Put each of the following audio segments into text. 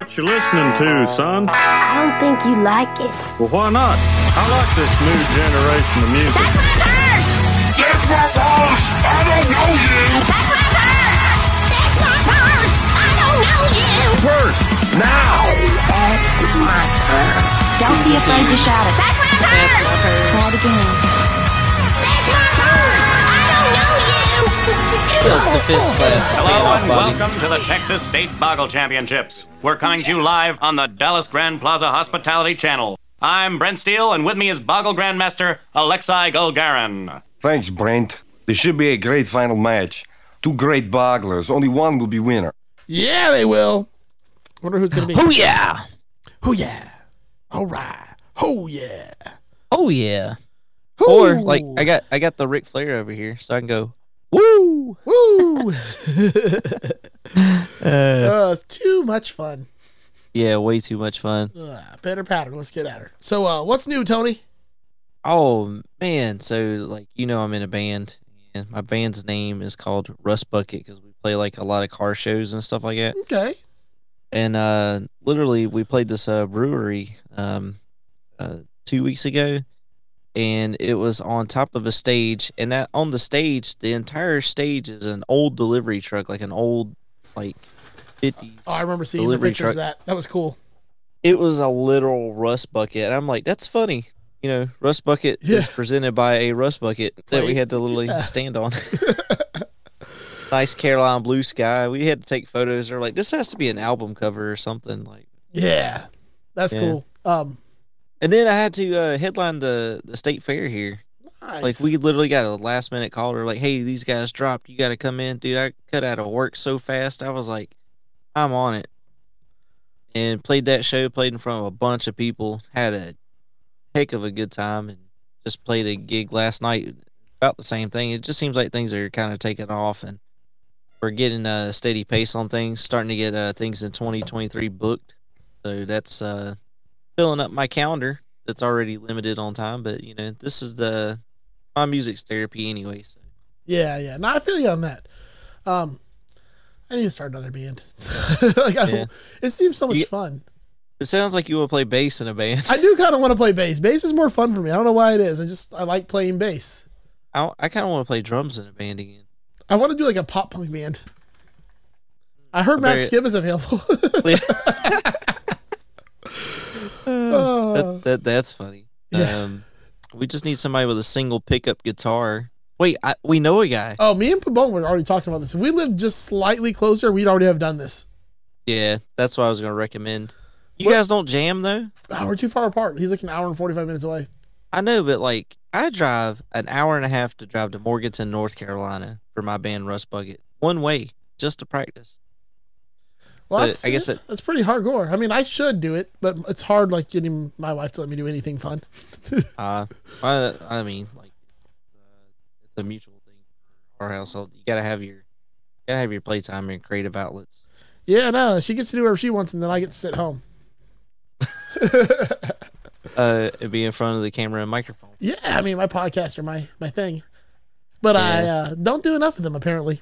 What you listening to, son? I don't think you like it. Well, why not? I like this new generation of music. That's what I heard! That's my boss. I don't know you. That's my purse! That's my purse! I don't know you! Purse now. That's my purse. Don't be afraid to shout it. That's my purse! Try it again. That's my purse! I don't know you! Defense class. Hello and Taking off, Bobby. welcome to the Texas State Boggle Championships. We're coming to you live on the Dallas Grand Plaza Hospitality Channel. I'm Brent Steele, and with me is Boggle Grandmaster Alexei Golgarin. Thanks, Brent. This should be a great final match. Two great bogglers. Only one will be winner. Yeah, they will. Wonder who's gonna be. Oh yeah. Oh yeah. All right. Oh yeah. Oh yeah. Hoo. Or like I got I got the Ric Flair over here, so I can go. Woo! Uh, Woo. oh, it's too much fun. Yeah, way too much fun. Ugh, better pattern. Let's get at her. So, uh, what's new, Tony? Oh man, so like you know, I'm in a band, and my band's name is called Rust Bucket because we play like a lot of car shows and stuff like that. Okay. And uh, literally, we played this uh, brewery um, uh, two weeks ago, and it was on top of a stage. And that on the stage, the entire stage is an old delivery truck, like an old like 50s. Oh, I remember seeing Delivery the pictures of that. That was cool. it was a literal rust bucket. And I'm like, that's funny. You know, rust bucket is Yeah. presented by a rust bucket that we Right. had to literally Yeah. stand on. nice Caroline blue sky. We had to take photos. They're like, this has to be an album cover or something. Like, Yeah, that's Yeah. cool. Um, and then I had to uh, headline the the state fair here. nice. Like, we literally got a last minute caller. Like, hey, these guys dropped. You got to come in, dude. I cut out of work so fast. I was like, I'm on it. And played that show, played in front of a bunch of people, had a heck of a good time, and just played a gig last night. About the same thing. It just seems like things are kind of taking off, and we're getting a steady pace on things, starting to get uh, things in 2023 booked. So that's uh, filling up my calendar that's already limited on time, but you know, this is the my music's therapy anyway. So. Yeah, yeah. No, I feel you on that. Um, I need to start another band. like, I don't- Yeah. it seems so much You- fun. It sounds like you want to play bass in a band. I do kind of want to play bass. Bass is more fun for me. I don't know why it is. I just I like playing bass. I, I kind of want to play drums in a band again. I want to do like a pop punk band. I heard I bet Matt it- Skip is available. that, that that's funny. Yeah. Um, we just need somebody with a single pickup guitar. Wait, I, we know a guy. oh, me and Pabon were already talking about this. If we lived just slightly closer, we'd already have done this. Yeah, that's what I was gonna recommend. You What- guys don't jam though. Oh, we're too far apart. He's like an hour and forty five minutes away. I know, but like I drive an hour and a half to drive to Morganton, North Carolina, for my band Rust Bucket, one way just to practice. Well, But that's, I guess it- that's pretty hardcore. I mean, I should do it, but it's hard like getting my wife to let me do anything fun. Uh, I, I mean, like, uh, it's a mutual thing for our household. You gotta have your, gotta have your playtime and creative outlets. Yeah, no, she gets to do whatever she wants, and then I get to sit home. Uh, and be in front of the camera and microphone. Yeah, I mean, my podcasts are my my thing, but I uh, don't do enough of them apparently.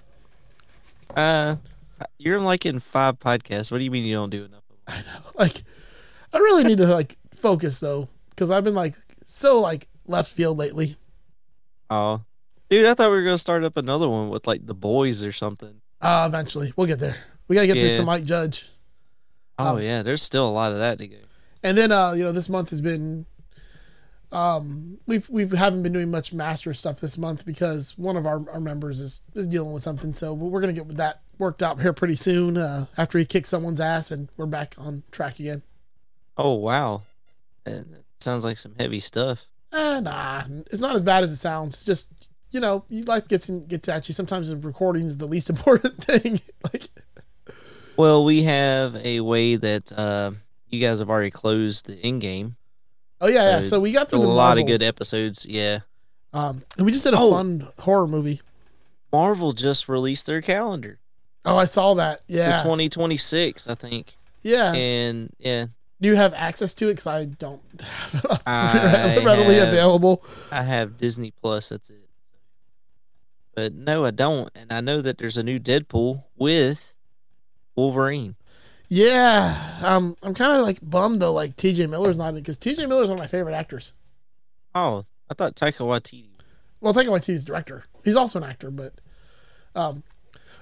Uh, you're like in five podcasts. What do you mean you don't do enough? Of them? Like, I really need to like focus though, because I've been like so like left field lately. Oh, dude, I thought we were gonna start up another one with like the boys or something. Uh, eventually, we'll get there. We gotta get through Yeah. some Mike Judge, Oh Um, yeah, there's still a lot of that to go. and then uh, you know, this month has been. Um, we've we haven't been doing much master stuff this month because one of our, our members is, is dealing with something. So we're gonna get with that worked out here pretty soon. Uh, after he kicks someone's ass, and we're back on track again. Oh wow, Uh, that sounds like some heavy stuff. Eh, nah, it's not as bad as it sounds. Just you know, you- life gets in, gets at you. Sometimes the recording is the least important thing. like, Well, we have a way that uh, you guys have already closed the in game. oh yeah, yeah. Uh, So we got A through the lot of Marvel, good episodes. Yeah. Um, and we just did a Oh. fun horror movie. Marvel just released their calendar Oh, I saw that. to Yeah, 2026, I think. yeah. And yeah, Do you have access to it? Because I don't have it I readily have- available. I have Disney Plus. That's it. But no, I don't. And I know that there's a new Deadpool with Wolverine. Yeah, um, I'm kind of like bummed though. Like T.J. Miller's not in because T.J. Miller's one of my favorite actors. Oh, I thought Taika Waititi Well, Taika Waititi's director. He's also an actor, but um,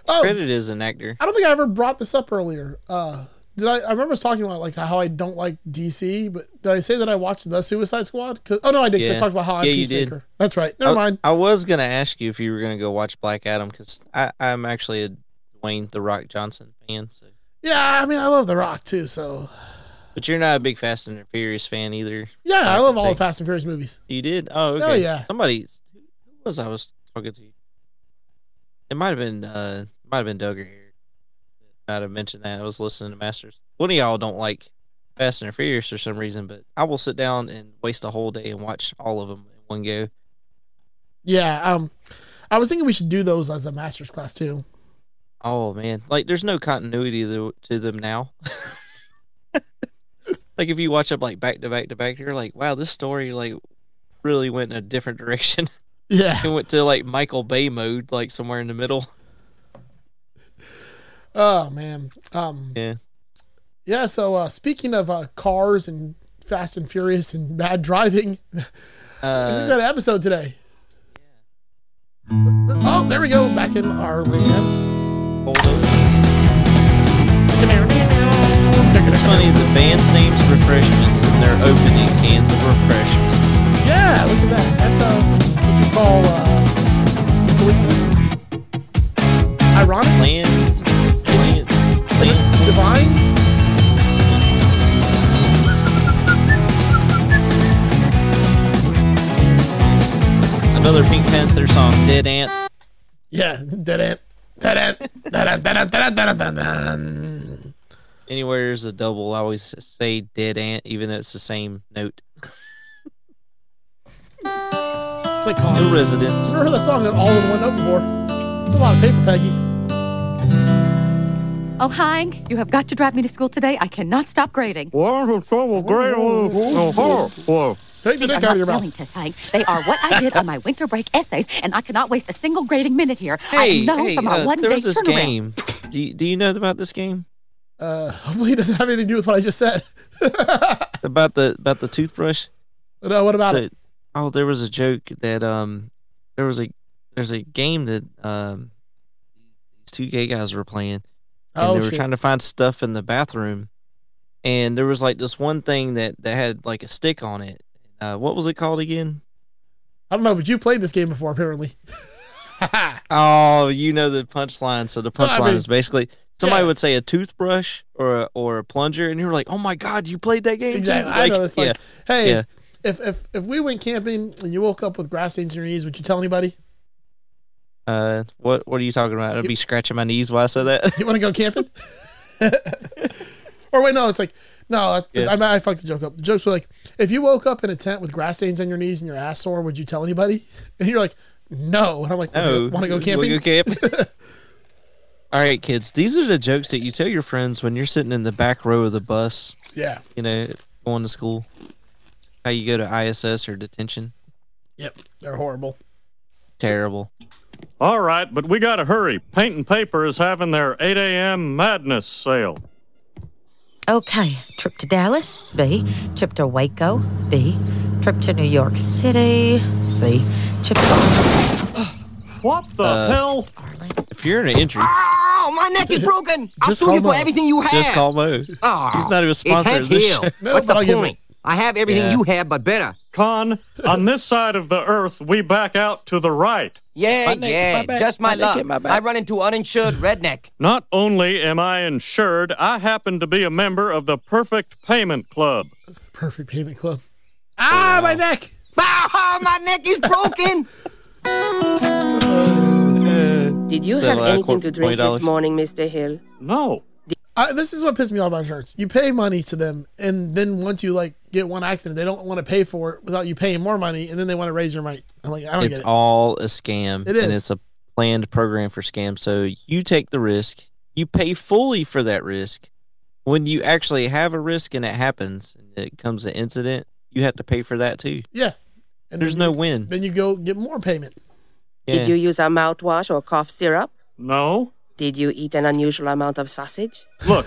oh, credited as an actor. I don't think I ever brought this up earlier. Uh, did I? I remember us talking about like how I don't like DC, but did I say that I watched the Suicide Squad? 'Cause- oh no, I did. 'cause I Yeah. talked about how I'm Yeah, you did. Oh. Peacemaker. That's right. Never I, mind. I was gonna ask you if you were gonna go watch Black Adam because I'm actually a Dwayne the Rock Johnson fan. So. Yeah, I mean I love The Rock too. So But you're not a big Fast and the Furious fan either. yeah, I, I love can all the think. Fast and Furious movies. You did? Oh, okay. Oh, yeah. Somebody who was I was talking to? It might have been uh might have been Doug or Eric. Might have mentioned that I was listening to Masters. One of y'all don't like Fast and the Furious for some reason, but I will sit down and waste a whole day and watch all of them in one go. Yeah. Um, I was thinking we should do those as a master's class too. Oh man, like there's no continuity to, to them now. like if you watch them like back to back to back, you're like, wow, this story like really went in a different direction. Yeah. it went to like Michael Bay mode, like somewhere in the middle. Oh man. Um. Yeah. Yeah. So uh, speaking of uh, cars and Fast and Furious and bad driving, we Uh, got an episode today. Oh, there we go. Back in our land. hold on. It's funny. The band's name's Refreshments, and they're opening cans of refreshments. Yeah, look at that. That's uh, what you call uh, coincidence. Ironic, Land, land, land. divine. Another Pink Panther song, Dead Ant. Yeah, dead end. Dead end. Dead end. Dead end. Dead end. Dead end. Dead end. Anywhere there's a double, I always say Dead Ant, even though it's the same note. It's like No calling. residence. Never heard that song in all in one note before. It's a lot of paper, Peggy. Oh, Hank, you have got to drive me to school today. I cannot stop grading. Take the These dick are out of not your spelling mouth. tests, Hank. They are what I did on my winter break essays, and I cannot waste a single grading minute here. Hey, I know hey, from our uh, one there day was this turnaround. game. Do you, do you know about this game? Uh, hopefully, it doesn't have anything to do with what I just said. About the about the toothbrush? no, what about So- it? Oh, there was a joke that um, there was a there's a game that um, these two gay guys were playing, and Oh, they were shit. trying to find stuff in the bathroom, and there was like this one thing that that had like a stick on it. Uh, what was it called again? I don't know, but you played this game before, apparently. Oh, you know the punchline. So the Well, punchline I mean, is basically somebody yeah. would say a toothbrush or a, or a plunger, and you were like, "Oh my god, you played that game!" too?" Exactly. I Like, know this. Like, yeah. hey, yeah. if if if we went camping and you woke up with grass stains on your knees, would you tell anybody? Uh, what what are you talking about? I'd be scratching my knees while I said that. You want to go camping? or wait, no, it's like no, that's, Yeah. I, I fucked the joke up. The jokes were like, if you woke up in a tent with grass stains on your knees and your ass sore, would you tell anybody? And you're like, no. And I'm like, No. want to go Oh, Wanna camping? camping? All right, kids. These are the jokes that you tell your friends when you're sitting in the back row of the bus, Yeah. you know, going to school. How you go to ISS or detention. Yep. They're horrible. Terrible. All right, but we gotta hurry. Paint and Paper is having their 8 a.m. madness sale. Okay, trip to Dallas, B. Trip to Waco, B. Trip to New York City, C. Trip to What the hell? If you're in an injury, Ah, Ow, Oh, my neck is broken. I'll Just sue you call for Mo. everything you have. just call Mo. He's Aw, not even a it's sponsor Hank of this Hill. show. No, What's the but I'll give it. point? I have everything Yeah. you have, but better. Con, on this side of the earth, we back out to the right. Yeah, My neck, yeah, my back, just my, my neck luck. and my back. I run into uninsured redneck. Not only am I insured, I happen to be a member of the Perfect Payment Club. Perfect payment club. Ah, my neck. Oh, Ow, my neck is broken. Did you So, have uh, anything quarter- to drink $20. this morning, Mr. Hill? No. I, this is what pissed me off about insurance. You pay money to them, and then once you like get one accident, they don't want to pay for it without you paying more money, and then they want to raise your rate. I'm like, I don't It's get it. all a scam. It And is. it's a planned program for scam. So you take the risk, you pay fully for that risk. When you actually have a risk and it happens and it comes an incident, you have to pay for that too. yeah, and There's then no you- win. Then you go get more payment. Yeah. Did you use a mouthwash or cough syrup? No. Did you eat an unusual amount of sausage? Look.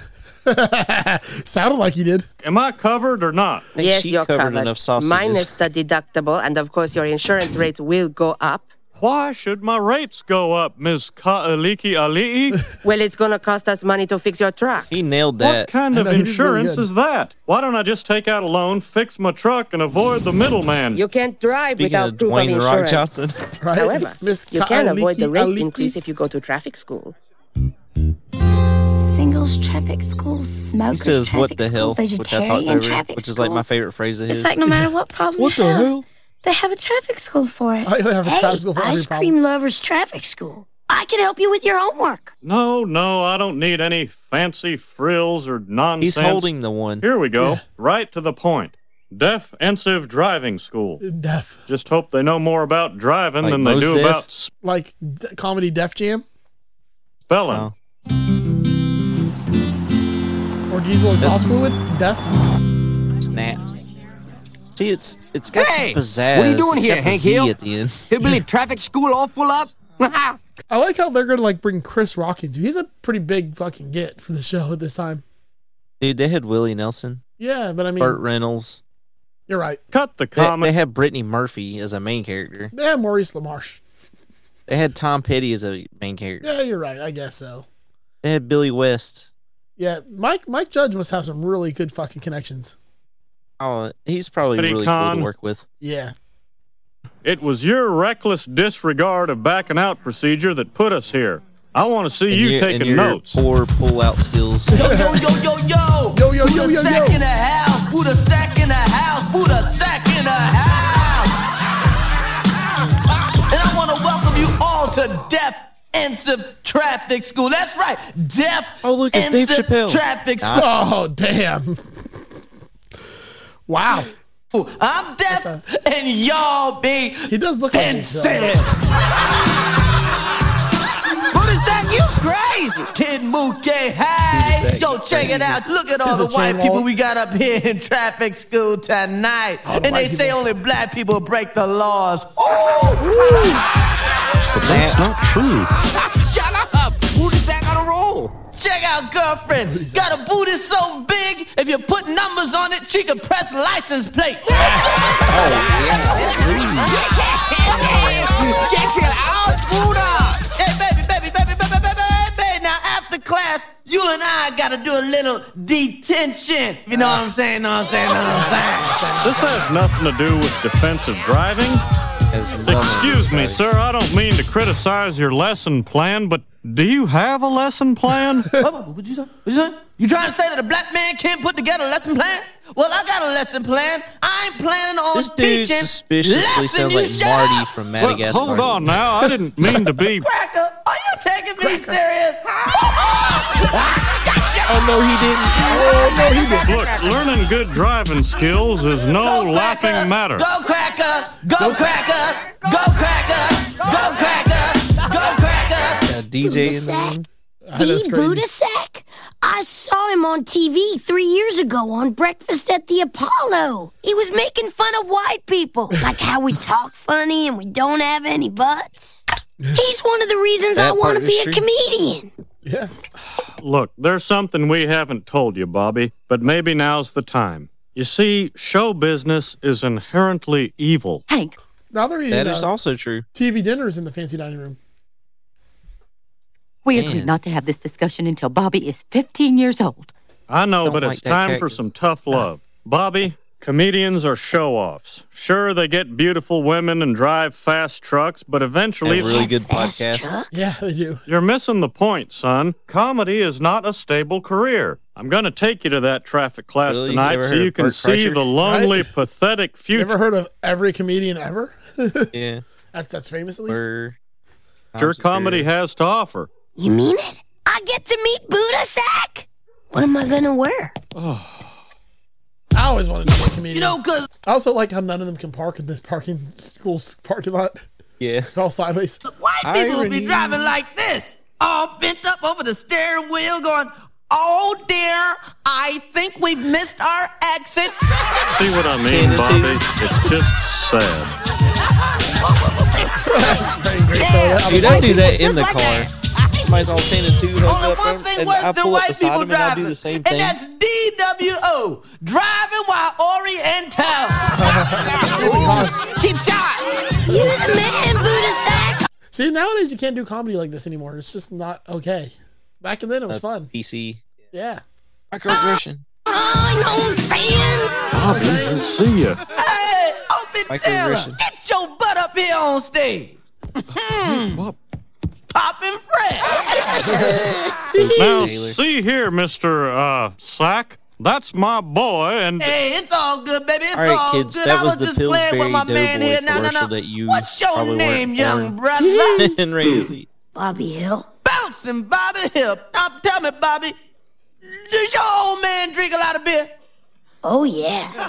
Sounded like you did. Am I covered or not? Yes, you're covered. Minus the deductible, and of course, your insurance rates will go up. Why should my rates go up, Ms. Ka'aliki Ali'i? Well, it's going to cost us money to fix your truck. He nailed What kind of insurance is that? Why don't I just take out a loan, fix my truck, and avoid the middleman? You can't drive without proof of insurance. Right? However, Miss you can avoid the E Ka'aliki rate Aliki. increase if you go to traffic school. Singles, traffic school, smokers, He says, traffic "What the hell?" school, Which I talked vegetarian over, traffic which is like my favorite phrase of his. It's like no matter what problem What you the have, hell? they have a traffic school for it. I have a hey, traffic school for every ice cream lovers traffic school. I can help you with your homework. No, no, I don't need any fancy frills or nonsense. holding the one. Here we go. Right to the point. Defensive driving school. Deaf. Just hope they know more about driving Like than they most do deaf? about Like d- comedy Def Jam spelling. Oh. or diesel exhaust fluid. Def. Snaps. See, it's it's got Hey, some pizzazz. what are you doing It's here, got the Hank Z Hill? At the end. Hillbilly traffic school all full up? I like how they're gonna like bring Chris Rock into. He's a pretty big fucking get for the show at this time. Dude, they had Willie Nelson, Yeah, but I mean, Burt Reynolds. you're right. Cut the They- They, had Brittany Murphy as a main character. Yeah, Maurice LaMarche. They had Tom Petty as a main character. Yeah, you're right. I guess so. They had Billy West. Yeah, Mike Mike Judge must have some really good fucking connections. Oh, he's probably Petty really cool Con. to work with. Yeah. It was your reckless disregard of backing out procedure that put us here. I want to see And you your- and taking your notes. Poor pull out skills. Yo, yo, yo, yo. Yo, yo, yo, yo, sack in the house? Who the sack in the house? Who the sack in the house? And I want to welcome you all to Deaf. Ensive Traffic School. That's right. Deaf. Oh, look, it's Dave Chappelle. Traffic School. Oh damn! wow. Ah. I'm deaf, and y'all be. He does look like Budasak, you crazy. Kid Mookie, hey. Budasak, Yo, you check it crazy. out. Look at all He's a the white chain people wallet. we got up here in traffic school tonight. All the And they white say people. only black people break the laws. Ooh! But that's not true. Shut up! Budasak on a roll. Check out girlfriend. Got a booty so big, if you put numbers on it, she could press license plate. Check it out, Buddha. Hey, baby, baby, baby, baby, baby, baby. Now, after class, you and I got to do a little detention. You know what I'm saying? Know what I'm saying? Know what I'm saying? This has nothing to do with defensive driving. Excuse me, sir. I don't mean to criticize your lesson plan, but do you have a lesson plan? What'd you say? What'd you say? You trying to say that a black man can't put together a lesson plan? Well, I got a lesson plan. I ain't planning on This dude teaching. suspiciously lesson, sounds you like shut Marty up. from Well, Madagascar. hold on now. I didn't mean to be. Cracker, are you taking me serious? Oh no, he didn't. Oh no, he didn't. Look, learning good driving skills is no laughing matter. Go cracker, go cracker, go cracker, go cracker, go cracker. A DJ uh, in the Budasak. Ah, The Budasak? I saw him on TV three years ago on Breakfast at the Apollo. He was making fun of white people, like how we talk funny and we don't have any butts. He's one of the reasons That I want part to is be a true. comedian. Yeah. Look, there's something we haven't told you, Bobby, but maybe now's the time. You see, show business is inherently evil. Hank. Now they're eating That is uh, also true. TV dinners in the fancy dining room. We agreed not to have this discussion until Bobby is 15 years old. I know, but like it's that time for cactus. some tough love. Bobby, comedians are show offs. Sure, they get beautiful women and drive fast trucks, but eventually. And really good podcast. Yeah, they do. You're missing the point, son. Comedy is not a stable career. I'm going to take you to that traffic class Really? You tonight ever so heard you of can Bert see Kreischer? the lonely, Right? pathetic You future. ever heard of every comedian ever? yeah. That's that's famous at least. Your comedy has to offer. You mean it? I get to meet Budasak? What am I gonna wear? I always wanted to be a comedian. You know, cause I also like how none of them can park in the parking school's parking lot. Yeah. All sideways. White people would be driving like this, all bent up over the steering wheel, going, "Oh dear, I think we've missed our exit." See what I Ten mean, to Bobby? two. It's just sad. That's pretty great. Dude, I do that in the car. I think somebody's all ten and two. Only Only one thing worse than white people driving, I do the same and thing. that's DWO, driving while Oriental. Keep shot. You the man, Buddha sack. See, nowadays you can't do comedy like this anymore. It's just not okay. Back then it was Uh, fun. PC. Yeah. Ah. Microaggression. Oh, you know what I'm saying? Bobby, I see you. Microaggression. Get your butt up here on stage. Hmm. Poppin' fresh. now, see here, Mister uh, Sack. That's my boy, and Hey, it's all good, baby. It's All right, all kids, good. that I was was the just playing with my Pillsbury man Doughboy here. No, no, no. commercial that you What's your probably name, weren't young born. brother? and raised. Bobby Hill. Bouncing Bobby Hill. Now tell me, Bobby, does your old man drink a lot of beer? Oh, yeah. Now,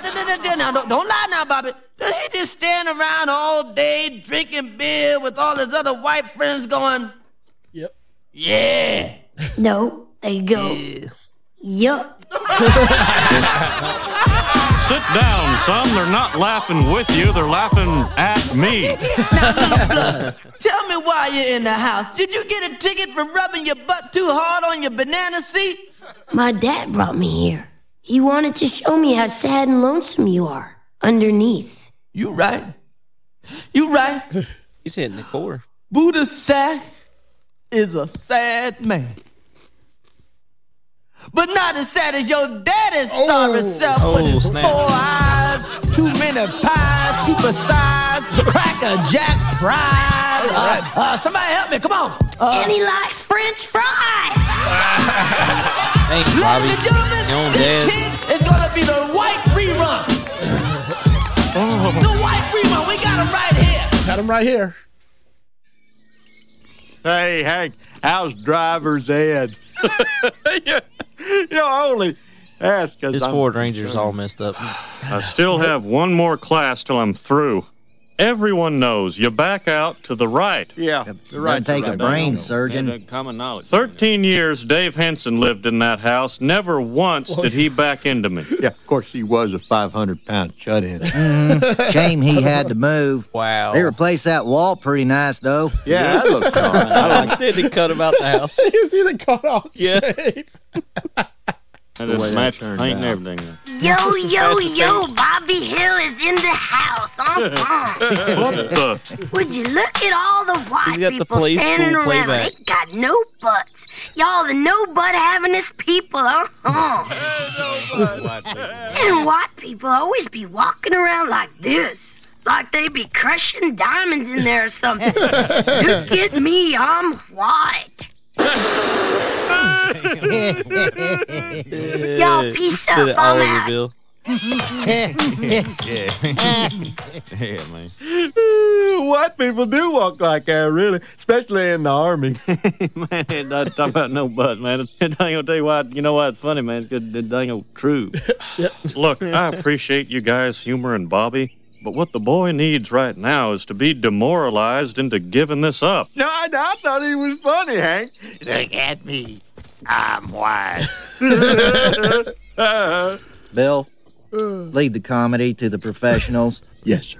th- th- th- now, don't, don't lie now, Bobby. Does he just stand around all day drinking beer with all his other white friends going, Yep. Yeah. No, they go. Yup. sit down, son. They're not laughing with you; they're laughing at me. Tell me why you're in the house. Did you get a ticket for rubbing your butt too hard on your banana seat? My dad brought me here. He wanted to show me how sad and lonesome you are underneath. You right. You right. He's hitting the core. Buddha Sack is a sad man. But not as sad as your daddy's sorry self with Oh, his snap. four eyes, too many pies, supersize, cracker jack fries. Uh, uh, somebody help me, come on. Uh, and he likes French fries. Thanks, Bobby. Ladies and gentlemen, Your own this dad. kid is gonna be the white rerun. The white rerun, we got him right here. Got him right here. Hey, Hank, how's driver's ed? you, you only ask us. His Ford Ranger's all messed up. I still have one more class till I'm through. Everyone knows you back out to the right. Yeah, Doesn't take a brain surgeon. Common knowledge. 13 years Dave Henson lived in that house. Never once did he back into me. Yeah, of course he was a 500 pound shut in. Mhm. Shame he had to move. Wow. They replaced that wall pretty nice, though. Yeah, that looks all right. I like Did he cut him out the house? you see the cut off Yeah. shape? That The way that is match turned paint and out. everything. Yo, yo, yo, Bobby Hill is in the house. Uh-huh. what I'm fine. the? Would you look at all the white got the people play school standing around? playback. They got no butts. Y'all, the no butt havingness people, huh? and white people always be walking around like this. Like they be crushing diamonds in there or something. Look at me, I'm white. Y'all, You peace spit up, it all I'm over out. Bill. Damn, man. White people do walk like that, really, especially in the army. man, it doesn't talk about no butt, man. It ain't gonna tell you why. You know why it's funny, man? It's 'cause it ain't no true. Look, I appreciate you guys humoring Bobby, but what the boy needs right now is to be demoralized into giving this up. No, I, I thought he was funny, Hank. Look at me. I'm white. Bill, leave the comedy to the professionals. yes, sir.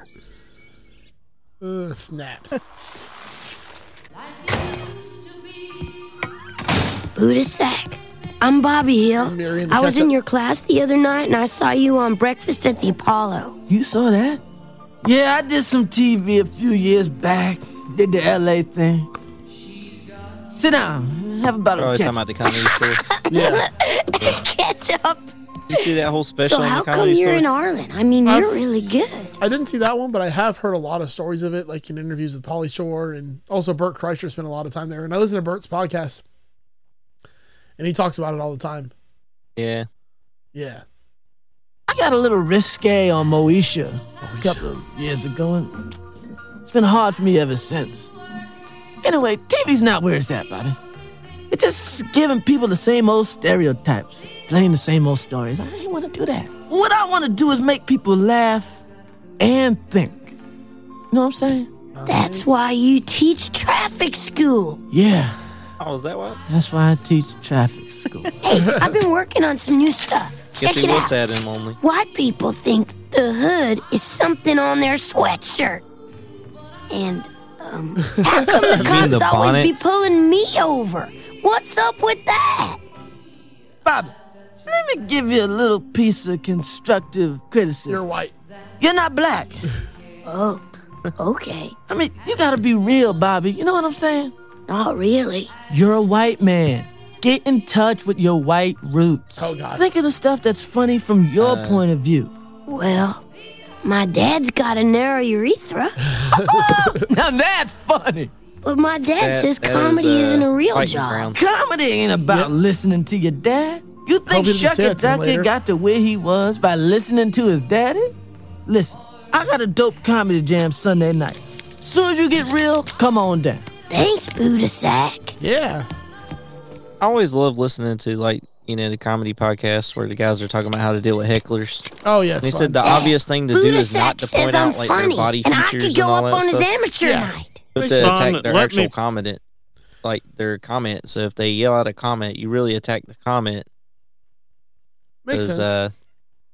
Uh, snaps. Buddha Sack. I'm Bobby Hill. Marion the I was in ketchup. your class the other night and I saw you on Breakfast at the Apollo. You saw that? Yeah, I did some TV a few years back. Did the LA thing. Sit down. Have a bottle Probably of talking ketchup. about the comedy store. Yeah. Ketchup. You see that whole special so on how the come comedy you're store? in Ireland? I mean, I've- you're really good. I didn't see that one, but I have heard a lot of stories of it, like in interviews with Polly Shore and also Bert Kreischer spent a lot of time there. And I listen to Bert's podcast and he talks about it all the time. yeah. Yeah. I got a little risque on Moesha a couple of years ago, and it's been hard for me ever since. Anyway, TV's not where it's at, buddy. It's just giving people the same old stereotypes, playing the same old stories. I ain't want to do that. What I want to do is make people laugh and think. You know what I'm saying? That's why you teach traffic school. Yeah, Oh, is that what? that's why I teach traffic school. Hey, I've been working on some new stuff. Guess Check it he was out. sad and lonely. White people think the hood is something on their sweatshirt. And, uh, them? How come the You mean cops the always be bonnet? pulling me over? What's up with that? Bobby, let me give you a little piece of constructive criticism. You're white. You're not black. oh, okay. I mean, you gotta be real, Bobby. You know what I'm saying? Not really. You're a white man. Get in touch with your white roots. Oh, God. Think of the stuff that's funny from your Uh, point of view. Well, my dad's got a narrow urethra. now that's funny. But my dad says comedy is, uh, not a real job. Comedy ain't about listening to your dad. You think Hope he doesn't say Shucky it to him Ducky later. got to where he was by listening to his daddy? Listen, I got a dope comedy jam Sunday nights. Soon as you get real, come on down. Thanks, Buddha Sack. Yeah. I always love listening to like you know the comedy podcasts where the guys are talking about how to deal with hecklers. Oh, yeah, And it's they said the fun. obvious thing to do Buddha is Sack not to says point I'm out like funny, their body and I features could go and all up that on his stuff. amateur night. But to attack their actual comment, like their comment. So if they yell out a comment, you really attack the comment. Makes 'Cause, sense. Uh,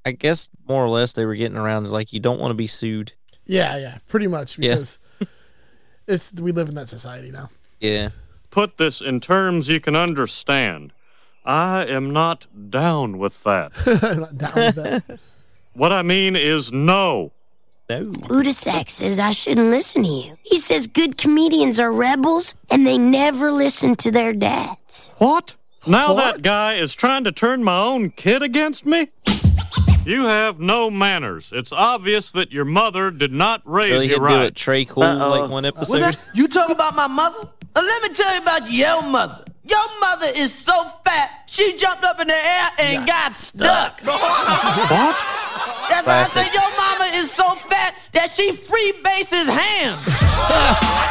I guess more or less they were getting around to like you don't want to be sued. Yeah, yeah, pretty much Yeah. because it's we live in that society now. Yeah. Put this in terms you can understand. I am not down with that. I'm not down with that. What I mean is no. No. Buddha Sack says I shouldn't listen to you. He says good comedians are rebels and they never listen to their dads. What? Now that guy is trying to turn my own kid against me? You have no manners. It's obvious that your mother did not raise Really you had to do right. it Trey Cool like one Was episode. that- you talk about my mother? Now let me tell you about your mother. Your mother is so fat, she jumped up in the air and got stuck. what? That's why I Classic. said your mama is so fat that she freebases ham.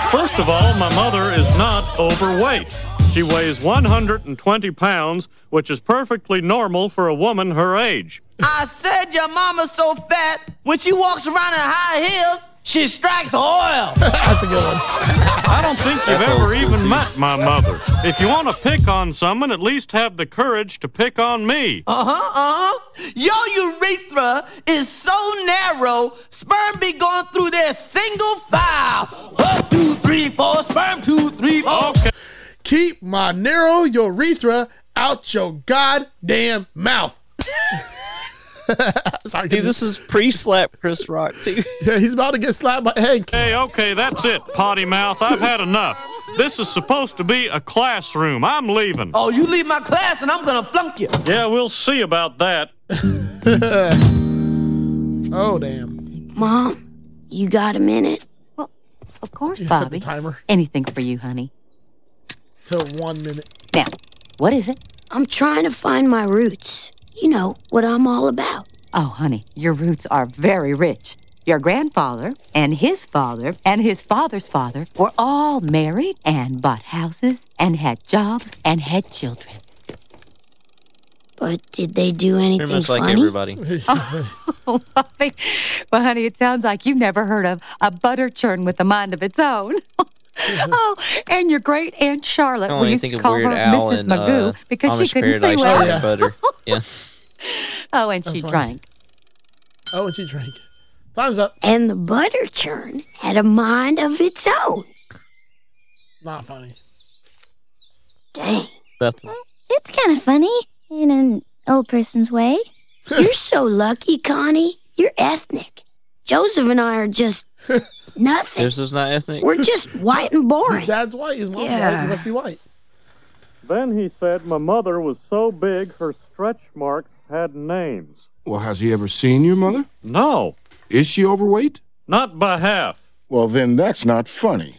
First of all, my mother is not overweight. She weighs 120 pounds, which is perfectly normal for a woman her age. I said your mama's so fat when she walks around in high heels, she strikes oil. That's a good one. I don't think you've ever even met my mother. If you want to pick on someone, at least have the courage to pick on me. Uh huh, uh huh. Your urethra is so narrow, sperm be going through their single file. One, two, three, four, sperm, two, three, four. Keep my narrow urethra out your goddamn mouth. Sorry, Dude, this is pre-slap Chris Rock too. yeah, he's about to get slapped by Hank. Hey, okay, that's it, potty mouth. I've had enough. This is supposed to be a classroom. I'm leaving. Oh, you leave my class and I'm gonna flunk you. Yeah, we'll see about that. oh damn. Mom, you got a minute? Of course, Just set the Bobby. timer. Anything for you, honey. To one minute. Now, what is it? I'm trying to find my roots. You know what I'm all about. Oh, honey, your roots are very rich. Your grandfather and his father and his father's father were all married and bought houses and had jobs and had children. But did they do anything Pretty much like funny? everybody. Oh, Bobby. Well, honey, it sounds like you've never heard of a butter churn with a mind of its own. oh, and your great aunt Charlotte, I we only used think to of call her Weird Al Mrs. and Magoo uh, because Amish she couldn't see Paradise well. Peanut Butter. Yeah. Oh, and she That's funny. drank. Oh, and she drank. Time's up. And the butter churn had a mind of its own. Not funny. Dang. Nothing. It's kind of funny in an old person's way. You're so lucky, Connie. You're ethnic. Joseph and I are just nothing. This is not ethnic. We're just white and boring. His dad's white. His mom's white. Yeah. He must be white. Then he said my mother was so big her stretch marks had names. Well, has he ever seen your mother? No. Is she overweight? Not by half. Well, then that's not funny.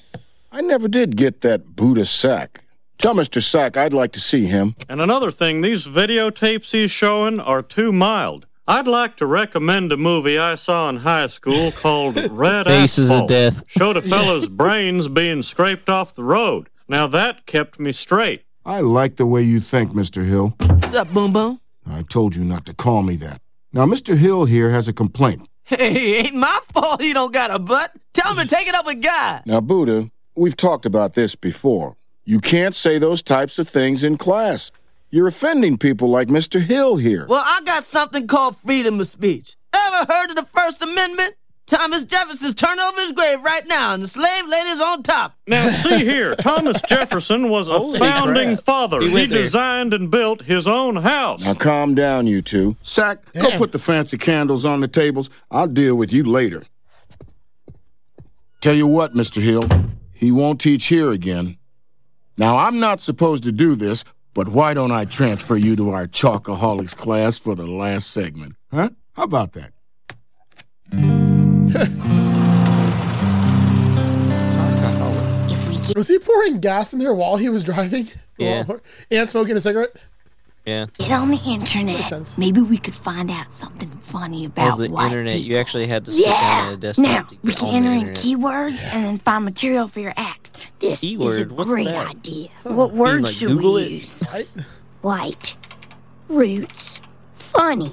I never did get that Buddha sack. Tell Mr. Sack I'd like to see him. And another thing, these videotapes he's showing are too mild. I'd like to recommend a movie I saw in high school called Red Faces of Asphalt. Death. Showed a fella's brains being scraped off the road. Now that kept me straight. I like the way you think, Mr. Hill. What's up, Boom Boom? I told you not to call me that. Now, Mr. Hill here has a complaint. Hey, ain't my fault you don't got a butt. Tell him to take it up with God. Now, Buddha, we've talked about this before. You can't say those types of things in class. You're offending people like Mr. Hill here. Well, I got something called freedom of speech. Ever heard of the First Amendment? Thomas Jefferson's turned over his grave right now, and the slave lady's on top. Now, see here, Thomas Jefferson was a Holy founding crap. father. He He, went there. designed and built his own house. Now calm down, you two. Sack, go put the fancy candles on the tables. I'll deal with you later. Tell you what, Mr. Hill, he won't teach here again. Now, I'm not supposed to do this, but why don't I transfer you to our Chalkaholics class for the last segment? Huh? How about that? Was he pouring gas in there while he was driving? Yeah. and smoking a cigarette? Yeah. Get on the internet. Maybe we could find out something funny Of about Oh, the white internet, you actually had to sit down Yeah. at a desktop. Now to we get can on the enter in internet. keywords and then find material for your act. This is a Keyword? What's great that? idea. What You mean, words like, should Google we it? use? White, roots, funny.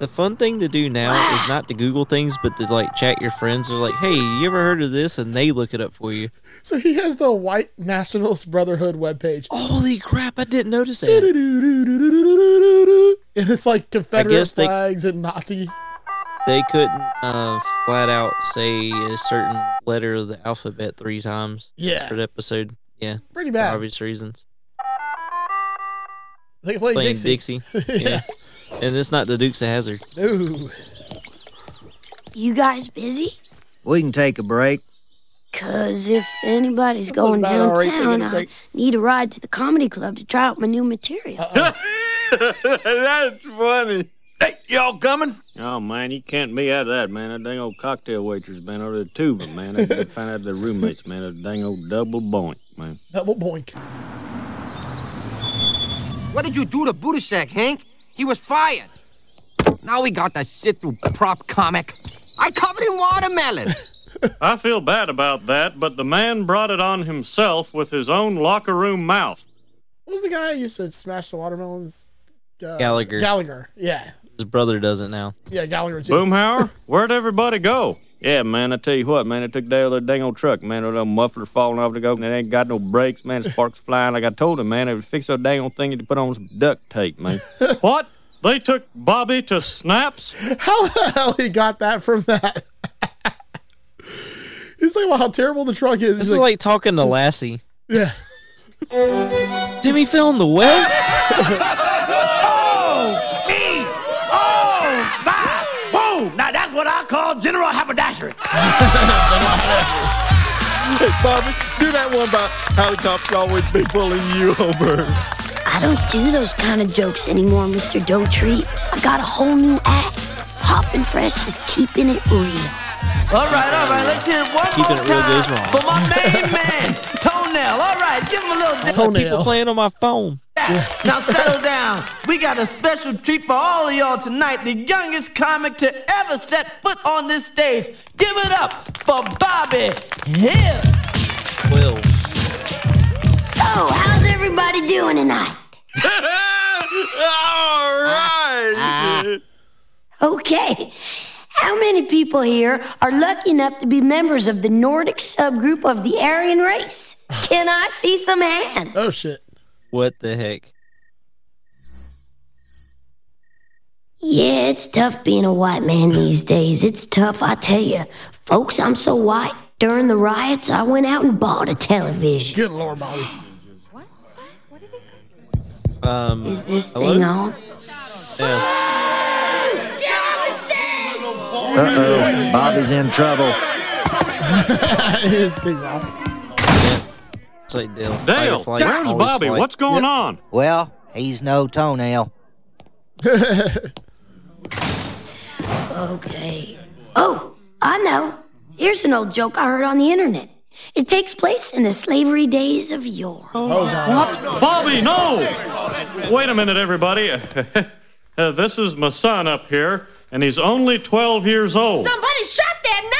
The fun thing to do now is not to Google things, but to like chat your friends. They're like, "Hey, you ever heard of this?" And they look it up for you. So he has the White Nationalist Brotherhood webpage. Holy crap, I didn't notice that. And it's like Confederate guess they- flags and Nazi. They couldn't uh, flat out say a certain letter of the alphabet three times. Yeah. For the episode. Yeah. Pretty bad. For obvious reasons. They play Playing Dixie. Dixie. yeah. And it's not the Dukes of Hazard. No. You guys busy? We can take a break. Cause if anybody's That's going about all right, downtown, taking a I break. need a ride to the comedy club to try out my new material. That's funny. Hey, y'all coming? Oh man, you can't be out of that, man. That dang old cocktail waitress, man, or the two of them, man. They they find out their roommates, man. A dang old double boink, man. Double boink. What did you do to Budasek, Hank? He was fired. Now we got to sit through prop comic. I covered in watermelon. I feel bad about that, but the man brought it on himself with his own locker room mouth. What was the guy who used to smash the watermelons? Uh, Gallagher. Gallagher. Yeah. His brother does it now. Yeah, Gallagher too. Boomhauer, where'd everybody go? Yeah, man, I tell you what, man, I took down that dang old truck, man, with them mufflers falling off the go, and it ain't got no brakes, man, sparks flying. Like I told him, man, if you fix that dang old thing, you put on some duct tape, man. what? They took Bobby to snaps? How the hell he got that from that? He's like, well, how terrible the truck is. This He's is like talking to Lassie. Yeah. Timmy fell in the well? Oh, me! Oh, my! Boom! Now that's what I call general haberdashery. Hey, Bobby, do that one about how cops always be pulling you over. I don't do those kind of jokes anymore, Mr. Dotree. I got a whole new act. Poppin' Fresh is keeping it real. All right, all right, let's hear it one Keeping more it real goes time wrong. for my main man, Toenail. All right, give him a little. I got people playing on my phone. Now settle down. We got a special treat for all of y'all tonight. The youngest comic to ever set foot on this stage. Give it up for Bobby Hill. Will. So, how's everybody doing tonight? All right. Uh-uh. Okay. How many people here are lucky enough to be members of the Nordic subgroup of the Aryan race? Can I see some hands? Oh, shit. What the heck? Yeah, it's tough being a white man these days. It's tough, I tell you. Folks, I'm so white. During the riots, I went out and bought a television. Good lord, Molly. Um, Is this hello? thing on? Yeah. Uh oh, Bobby's in trouble. It's like Dale. Dale, where's Bobby? What's going on? Well, He's no toenail. Okay. Oh, I know. Here's an old joke I heard on the internet. It takes place in the slavery days of yore. Oh, Bobby, no! Wait a minute, everybody. Uh, this is my son up here, and he's only 12 years old. Somebody shut that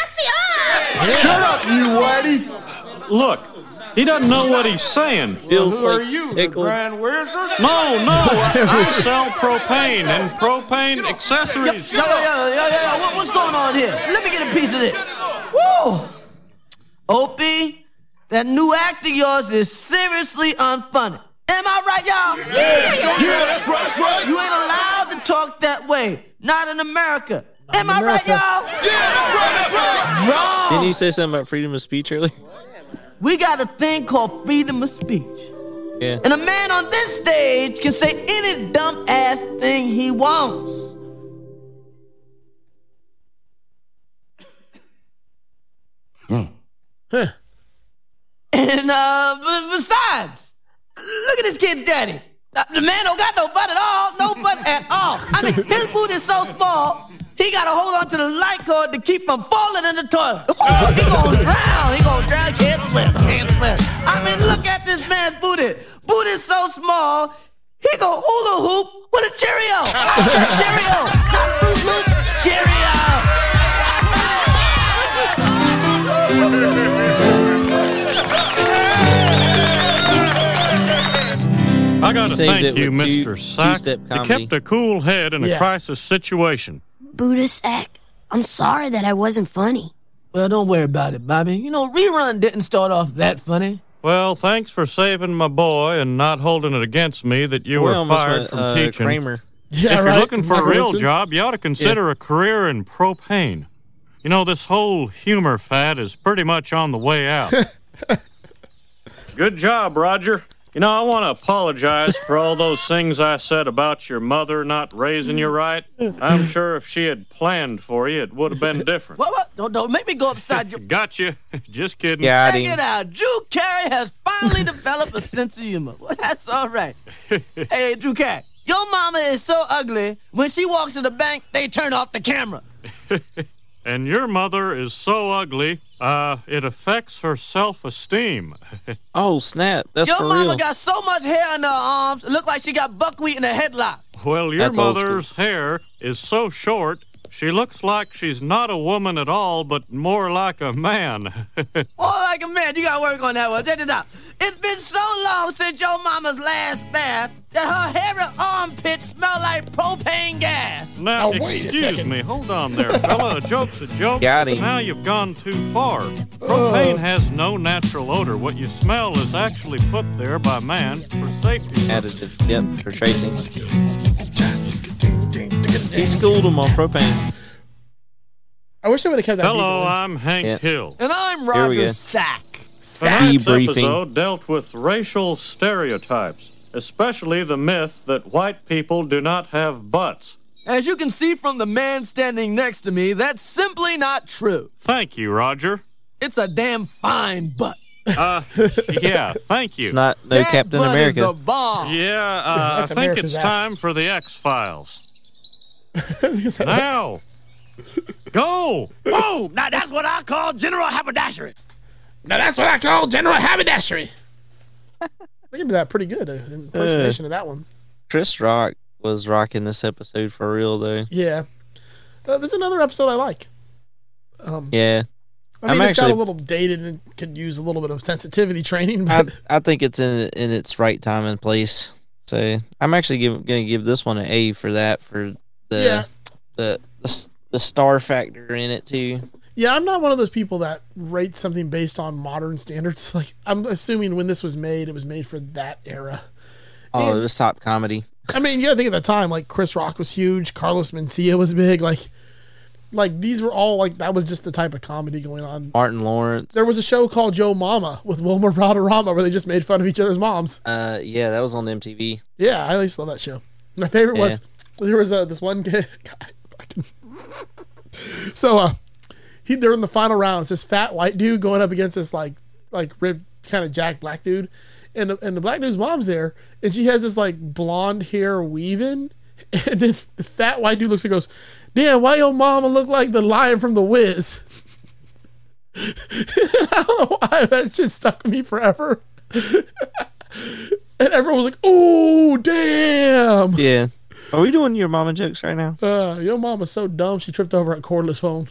Nazi up! Shut up, you whitey! Look, he doesn't know what he's saying. who are you, the Grand Wizard? No, no, I, I sell propane and propane accessories. Yo, yo, yo, yo, yo, yo, what, what's going on here? Let me get a piece of this. Woo! Opie, that new act of yours is seriously unfunny. Am I right, y'all? Yeah, yeah, that's right, that's right. You ain't allowed to talk that way. Not in America. Am I right, y'all? Didn't you say something about freedom of speech earlier? We got a thing called freedom of speech. Yeah. And a man on this stage can say any dumb ass thing he wants. And uh, b- besides, look at this kid's daddy. Uh, The man don't got no butt at all, no butt at all. I mean, his boot is so small, he got to hold on to the light cord to keep from falling in the toilet. Oh, he gonna drown, he gonna drown, can't swim, can't swim. I mean, look at this man's booty. Boot is so small, he gonna hula hoop with a Cheerio. Cheerio, not Fruit Loop, I got to saved thank it you, with two- Mr. Sack. two-step You comedy. kept a cool head in a Yeah. crisis situation. Buddha Sack, I'm sorry that I wasn't funny. Well, don't worry about it, Bobby. You know, rerun didn't start off that funny. Well, thanks for saving my boy and not holding it against me that you We were almost fired went, from uh, teaching. Kramer. if Yeah, you're right. looking for a Michael real Richards. job, you ought to consider a career in propane. You know, this whole humor fad is pretty much on the way out. Good job, Roger. You know, I want to apologize for all those things I said about your mother not raising you right. I'm sure if she had planned for you, it would have been different. What, what? Don't, don't make me go upside your. Got you. Just kidding. Check it out. Drew Carey has finally developed a sense of humor. Well, that's all right. hey, Drew Carey, your mama is so ugly. When she walks in the bank, they turn off the camera. And your mother is so ugly, uh, it affects her self esteem. oh, snap. your mama got so much hair in her arms, it looked like she got buckwheat in a headlock. Well, your That's old school. mother's hair is so short, she looks like she's not a woman at all, but more like a man. Oh, like a man, you gotta work on that one. Check this out. It's been so long since your mama's last bath that her hairy armpits smell like propane gas. now, excuse me, hold on there, fella. A joke's a joke. Got but him. Now you've gone too far. Propane has no natural odor. What you smell is actually put there by man for safety. Additive. Yep, for tracing. He schooled him on propane. I wish I would have kept that. Hello, I'm Hank Yeah. Hill. And I'm Here we Roger go. Sack. Tonight's Debriefing. episode dealt with racial stereotypes, especially the myth that white people do not have butts. As you can see from the man standing next to me, that's simply not true. Thank you, Roger. It's a damn fine butt. Uh, yeah, thank you. It's not no That Captain butt is America. the bomb. Yeah, uh, I That's think it's America's ass. time for the X Files. now, go. Boom! Now that's what I call general haberdashery. Now that's what I call general haberdashery. I give that pretty good uh, impersonation of that one. Chris Rock was rocking this episode for real, though. Yeah, uh, there's another episode I like. Um, Yeah. I mean, I'm it's got actually- a little dated and could use a little bit of sensitivity training, I, but I think it's in in its right time and place. So I'm actually give, gonna give this one an A for that for the Yeah. the, the s- the star factor in it too. yeah, I'm not one of those people that rates something based on modern standards. Like, I'm assuming when this was made, it was made for that era. Oh, it was top comedy. I mean, yeah, I think at the time, like Chris Rock was huge, Carlos Mencia was big, like, like these were all like that was just the type of comedy going on. Martin Lawrence. There was a show called Joe Mama with Wilmer Valderrama where they just made fun of each other's moms. Uh, yeah, that was on MTV. Yeah, I always love that show. My favorite was there was uh, this one guy. God, fucking- so uh, he they're in the final rounds. This fat white dude going up against this like like ribbed kind of jack black dude, and the and the black dude's mom's there, and she has this like blonde hair weaving, and then the fat white dude looks and goes, "Damn, why your mama look like the lion from the Wiz?" I don't know why that shit stuck with me forever. And everyone was like, "Oh, damn!" Yeah. Are we doing your mama jokes right now? Uh, your mom was so dumb she tripped over a cordless phone.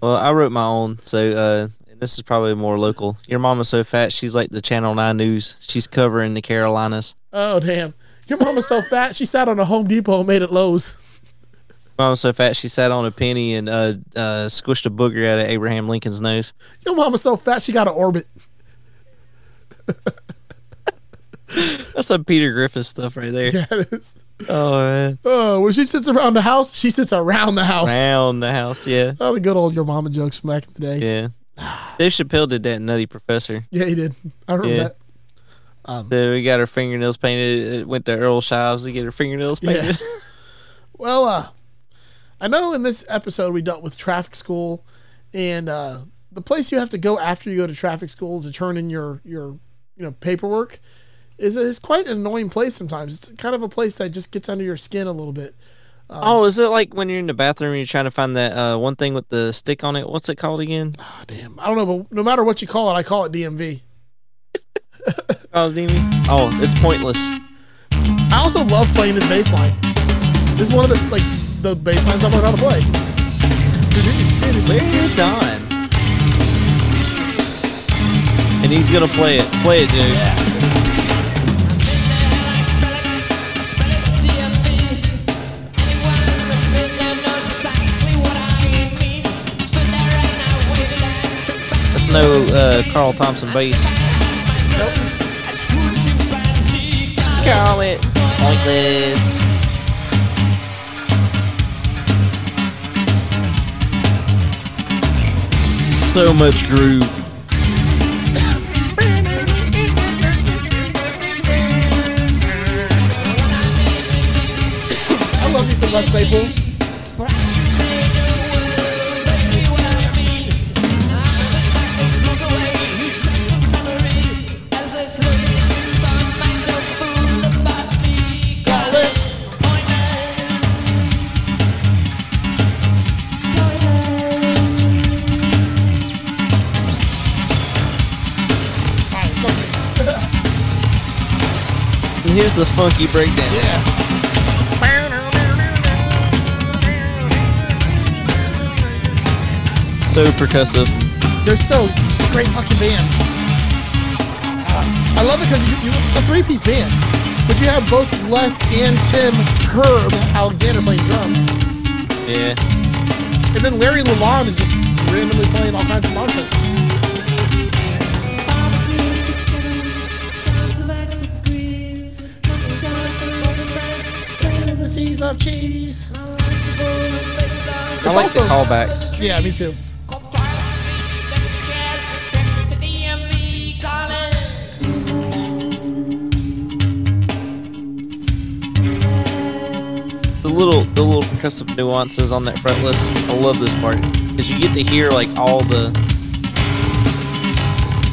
Well, I wrote my own, so uh, and this is probably more local. Your mama's so fat, she's like the Channel Nine News. She's covering the Carolinas. Oh, damn! Your mom was so fat she sat on a Home Depot and made it Lowe's. Mama's so fat, she sat on a penny and uh, uh, squished a booger out of Abraham Lincoln's nose. Your mom was so fat she got an orbit. That's some Peter Griffin stuff right there. Yeah, it is. Oh, man. Oh, when she sits around the house, she sits around the house. Round the house, yeah. Oh, the good old your mama jokes from back in the day. Yeah. Dave Chappelle did that in Nutty Professor. Yeah, he did. I remember Yeah. that. so we got her fingernails painted. It went to Earl Shives to get her fingernails painted. Well, uh, I know in this episode we dealt with traffic school, and uh, the place you have to go after you go to traffic school to turn in your your you know paperwork is is quite an annoying place sometimes. It's kind of a place that just gets under your skin a little bit. oh, is it like when you're in the bathroom and you're trying to find that uh, one thing with the stick on it? What's it called again? I don't know, but no matter what you call it, I call it DMV. Oh, Demi. Oh, it's pointless. I also love playing this bass line. This is one of the like the bass lines I learned how to play. Larry Don. And he's gonna play it. Play it, dude. That's no uh, Carl Thompson bass. Call it like this. So much groove. I love you so much, Staple. And here's the funky breakdown. So percussive. They're so it's just a great fucking band. Uh, I love it because you, you, it's a three-piece band, but you have both Les and Tim Herb Alexander playing drums, Yeah. and then Larry Lalonde is just randomly playing all kinds of nonsense. Fantasies of cheese. I like the callbacks. Yeah, me too. The little the little percussive nuances on that fretless. I love this part. Because you get to hear like all the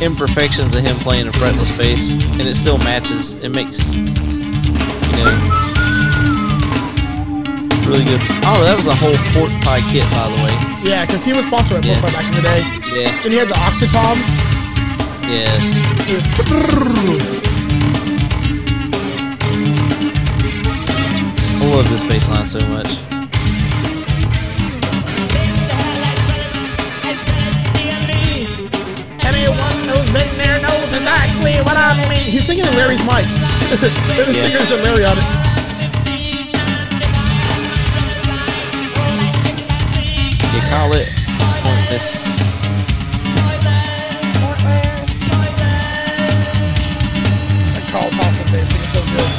imperfections of him playing a fretless bass and it still matches. It makes you know really good. Oh, that was a whole pork pie kit by the way. Yeah, because he was sponsored at Pork Pie back in the day, Yeah. and he had the Octatoms. Yes. I love this bass line so much. Anyone who's been there knows exactly what I mean. He's singing in Larry's mic. There's a Yeah. sticker that said Larry on it. You call it pointless. Like Carl Thompson bass singing so good.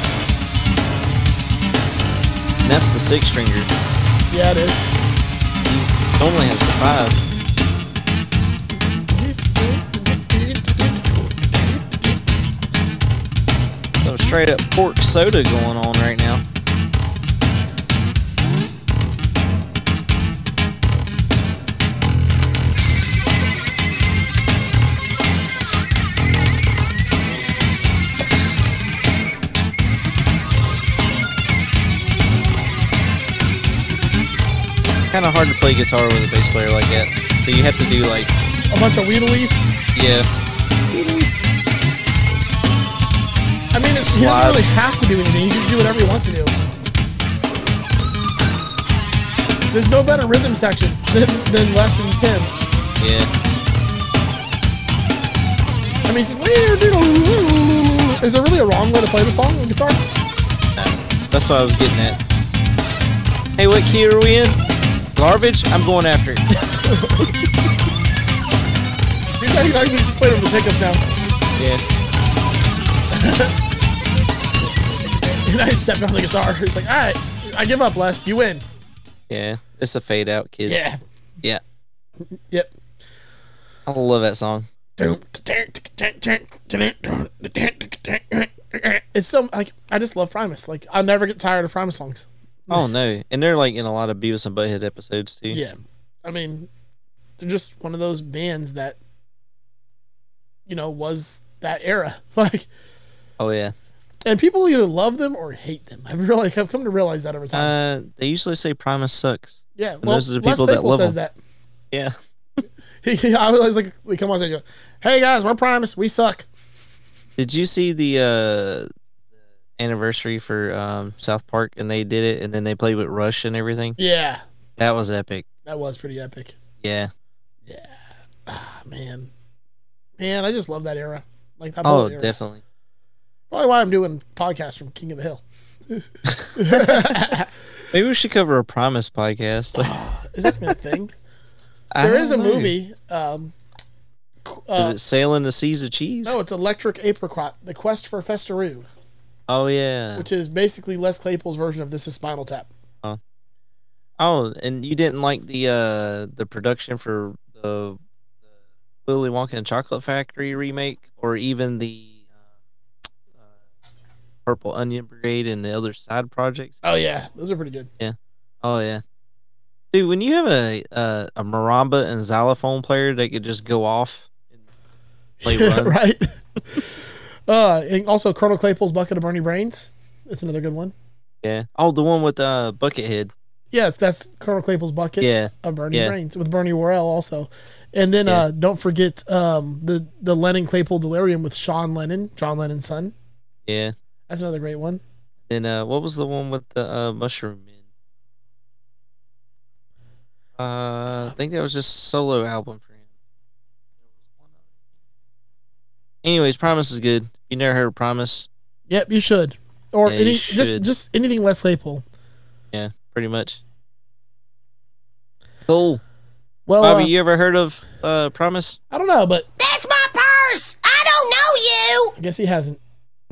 And that's the six stringer. Yeah, it is. Normally has the five. Some straight up pork soda going on right now. Kind of hard to play guitar with a bass player like that. So you have to do like, A bunch of Weedleys. yeah, I mean, it's, he doesn't Slide. really have to do anything. He can just do whatever he wants to do. There's no better rhythm section than, than less than 10. yeah. I mean, it's just, is there really a wrong way to play the song on guitar? That's what I was getting at. Hey, what key are we in? Garbage? I'm going after it. You guys can actually just play it on the pickups now. Yeah. and I stepped on the guitar. It's like, all right, I give up, Les. You win. Yeah, it's a fade out, kid. Yeah. Yeah. Yep. I love that song. It's so like I just love Primus. Like I'll never get tired of Primus songs. Oh no, and they're like in a lot of Beavis and Butthead episodes too. Yeah. I mean, they're just one of those bands that you know was that era. Like Oh yeah. and people either love them or hate them. I've really I've come to realize that over time. Uh, they usually say Primus sucks. Yeah, And well, those are the Les people that Claypool love says them. that. Yeah. He, I was like, we come on stage, and go, hey guys, we're Primus, we suck. Did you see the uh, anniversary for um, South Park and they did it and then they played with Rush and everything? Yeah, That was epic. that was pretty epic. Yeah. Ah, man, man, I just love that era. Like that oh, whole era. definitely. Probably why I'm doing podcasts from King of the Hill. Maybe we should cover a Primus podcast. Is that even a thing? I there is a don't know. movie. Um, qu- Is uh, it Sailing the Seas of Cheese? no, it's Electric Apricot: The Quest for Festeroo, Oh yeah. which is basically Les Claypool's version of This Is Spinal Tap. Oh, and you didn't like the uh the production for the, the Willy Wonka and Chocolate Factory remake, or even the uh, uh, Purple Onion Brigade and the other side projects. Oh yeah, those are pretty good. yeah. Oh yeah, dude. When you have a uh, a marimba and xylophone player that could just go off and play Yeah, one, right? Uh, and also Colonel Claypool's Bucket of Bernie Brains. That's another good one. Yeah. Oh, the one with uh Buckethead. Yeah, it's- that's Colonel Claypool's Bucket Yeah, of Bernie yeah. Brains with Bernie Worrell also. And then uh, don't forget um, the the Lennon Claypool Delirium with Sean Lennon, John Lennon's son. Yeah. That's another great one. Then uh, what was the one with the uh, mushroom men? Uh, I think that was just solo album for him. Anyways, Promise is good. If you never heard of Promise, Yep, you should. Or Yeah, you any just should. just anything Les Claypool. yeah, pretty much. Cool. Well, Bobby, uh, you ever heard of uh, Promise? I don't know, but That's my purse! I don't know you! I guess he hasn't.